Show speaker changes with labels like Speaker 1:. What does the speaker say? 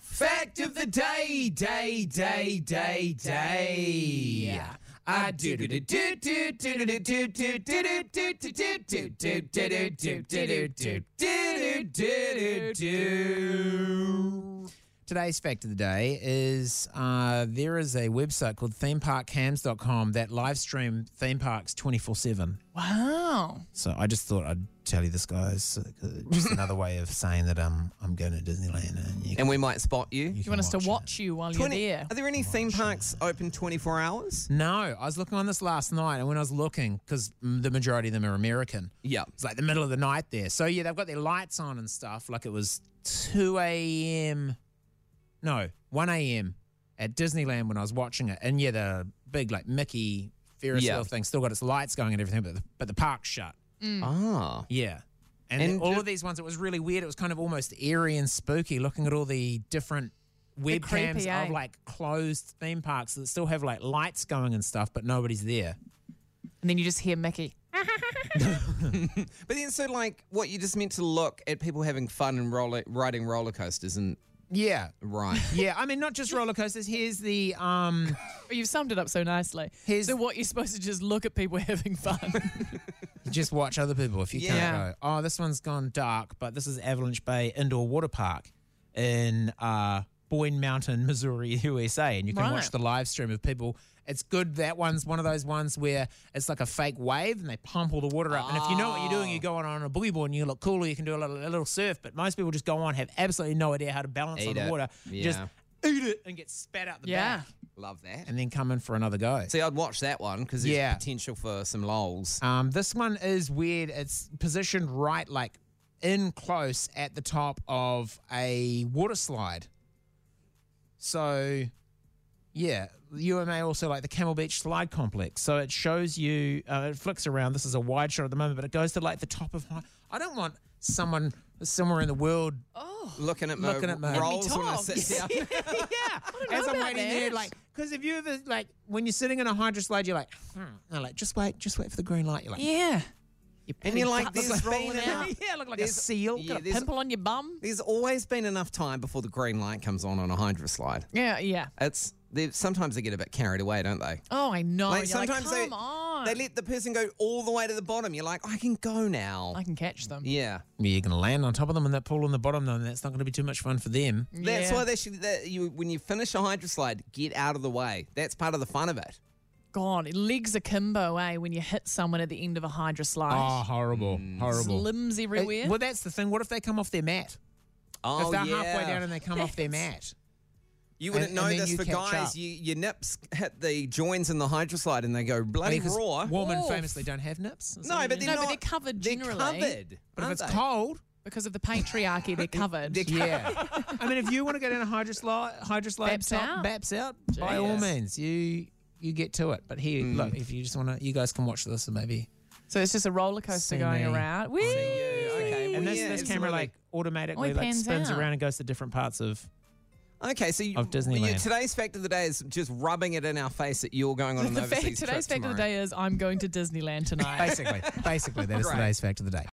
Speaker 1: fact of the day, day, day, day, day. I do do do do do do do do do do do do do do do do do do do do do do do do do. Today's fact of the day is uh, there is a website called themeparkhams.com that live stream theme parks 24 7.
Speaker 2: Wow.
Speaker 1: So I just thought I'd tell you this, guys. uh, Just another way of saying that um, I'm going to Disneyland. And you,
Speaker 3: And we might spot you.
Speaker 1: you
Speaker 2: You want us to
Speaker 1: it.
Speaker 2: watch you while you're
Speaker 3: 20
Speaker 2: there?
Speaker 3: Are there any theme parks open 24 hours?
Speaker 1: No, I was looking on this last night, and when I was looking, because the majority of them are American,
Speaker 3: Yeah.
Speaker 1: it's like the middle of the night there. So yeah, they've got their lights on and stuff. Like it was 2 a.m. No, 1 a.m. at Disneyland when I was watching it, and yeah, the big like Mickey Ferris
Speaker 3: Yeah.
Speaker 1: wheel thing still got its lights going and everything, but the, but the park's shut.
Speaker 3: Ah.
Speaker 1: Yeah. And,
Speaker 3: And
Speaker 1: all
Speaker 3: ju-
Speaker 1: of these ones, it was really weird. It was kind of almost eerie and spooky looking at all the different webcams
Speaker 2: creepy, eh?
Speaker 1: of like closed theme parks that still have like lights going and stuff, but nobody's there.
Speaker 2: And then you just hear Mickey.
Speaker 3: But then, so like, what you just meant to look at people having fun and roller, riding roller coasters and
Speaker 1: Yeah.
Speaker 3: right.
Speaker 1: Yeah. I mean, not just roller coasters. Here's the, um,
Speaker 2: But you've summed it up so nicely.
Speaker 1: Here's-
Speaker 2: so what you're supposed to just look at people having fun.
Speaker 1: just watch other people if you
Speaker 3: Yeah.
Speaker 1: can't go. Oh, this one's gone dark, but this is Avalanche Bay Indoor Water Park in uh, Boyne Mountain, Missouri, USA, and you can watch
Speaker 2: Right.
Speaker 1: the live stream of people. It's good that one's one of those ones where it's like a fake wave and they pump all the water up. And if you know what you're doing, you go on on a boogie board and you look cool or you can do a little, a little surf. But most people just go on, have absolutely no idea how to balance on
Speaker 3: Eat
Speaker 1: the
Speaker 3: it.
Speaker 1: water, just
Speaker 3: Yeah.
Speaker 1: eat it and get spat out the
Speaker 2: Yeah.
Speaker 1: back,
Speaker 3: Love that.
Speaker 1: and then come in for another go.
Speaker 3: See, I'd watch that one because there's
Speaker 1: Yeah.
Speaker 3: potential for some lols.
Speaker 1: Um, this one is weird. It's positioned right, like in close at the top of a water slide. So, yeah, UMA also like the Camel Beach slide complex. So it shows you, uh, it flicks around. This is a wide shot at the moment, but it goes to like the top of my. I don't want someone somewhere in the world
Speaker 3: Oh, Looking at my,
Speaker 1: Looking at my-
Speaker 3: rolls when I
Speaker 2: Let me
Speaker 3: sit down.
Speaker 1: as I'm
Speaker 2: about
Speaker 1: waiting there,
Speaker 2: that.
Speaker 1: like, because if you ever, like, when you're sitting in a hydro slide, you're like, hmm, no, like, just wait, just wait for the green light. You're like,
Speaker 2: yeah.
Speaker 3: and you're like,
Speaker 2: Guts
Speaker 3: there's
Speaker 2: rolling
Speaker 3: been
Speaker 2: out.
Speaker 3: enough.
Speaker 1: yeah, look like a
Speaker 3: There's-
Speaker 1: seal.
Speaker 3: yeah,
Speaker 1: Got a
Speaker 3: there's-
Speaker 2: Pimple on your bum.
Speaker 3: There's always been enough time before the green light comes on on a hydro slide.
Speaker 2: Yeah, yeah.
Speaker 3: It's they, sometimes they get a bit carried away, don't they?
Speaker 2: Oh, I know.
Speaker 3: Like,
Speaker 2: You're like,
Speaker 3: sometimes
Speaker 2: come
Speaker 3: they
Speaker 2: on.
Speaker 3: they let the person go all the way to the bottom. You're like, I can go now.
Speaker 2: I can catch them.
Speaker 3: yeah.
Speaker 1: Mm. Yeah, you're going to land on top of them in that pool on the bottom, though, and that's not going to be too much fun for them.
Speaker 3: That's
Speaker 2: Yeah.
Speaker 3: why they should. That you, when you finish a hydro slide, get out of the way. That's part of the fun of it.
Speaker 2: God, legs akimbo, eh? When you hit someone at the end of a hydro
Speaker 1: Oh,
Speaker 2: slide,
Speaker 1: horrible.
Speaker 3: Mm.
Speaker 1: Horrible.
Speaker 2: limbs
Speaker 1: Uh,
Speaker 2: everywhere.
Speaker 1: well, that's the thing. What if they come off their mat?
Speaker 3: Oh
Speaker 1: if they're
Speaker 3: yeah.
Speaker 1: halfway down and they come off their mat.
Speaker 3: you wouldn't
Speaker 1: and-
Speaker 3: know
Speaker 1: and then
Speaker 3: this
Speaker 1: you
Speaker 3: for
Speaker 1: catch
Speaker 3: guys.
Speaker 1: up.
Speaker 3: You, your nips hit the joins in the hydro slide and they go bloody
Speaker 1: I mean, 'cause
Speaker 3: raw.
Speaker 1: Women
Speaker 2: Oof.
Speaker 1: famously don't have nips. Is
Speaker 3: No,
Speaker 1: that-
Speaker 3: but they're
Speaker 2: No,
Speaker 3: not.
Speaker 2: but they're covered
Speaker 3: they're
Speaker 2: generally.
Speaker 3: covered.
Speaker 1: but if
Speaker 3: aren't
Speaker 1: it's
Speaker 3: they?
Speaker 1: cold,
Speaker 2: because of the patriarchy, they're covered.
Speaker 3: They're covered.
Speaker 1: yeah. I mean, if you want to go down a hydro slide, hydro slide
Speaker 2: Baps
Speaker 1: top,
Speaker 2: out.
Speaker 1: baps out, by all
Speaker 3: Jeez.
Speaker 1: means, you you get to it. But
Speaker 3: Mm.
Speaker 1: here, look, if you just want to, you guys can watch this and maybe.
Speaker 2: So it's just a roller coaster
Speaker 1: See
Speaker 2: going
Speaker 1: me.
Speaker 2: around. Whee!
Speaker 3: okay, well,
Speaker 1: And this,
Speaker 3: yeah,
Speaker 1: this camera
Speaker 3: absolutely.
Speaker 1: like automatically
Speaker 2: Oh, it
Speaker 1: like
Speaker 2: pans
Speaker 1: spins
Speaker 2: out.
Speaker 1: around and goes to different parts of
Speaker 3: Okay, so you,
Speaker 1: Of Disneyland.
Speaker 3: you- today's fact of the day is just rubbing it in our face that you're going on an
Speaker 2: The fact,
Speaker 3: overseas
Speaker 2: today's
Speaker 3: trip
Speaker 2: fact of the day
Speaker 3: tomorrow.
Speaker 2: is I'm going to Disneyland tonight.
Speaker 1: basically, basically that is
Speaker 3: Right.
Speaker 1: today's fact of the day.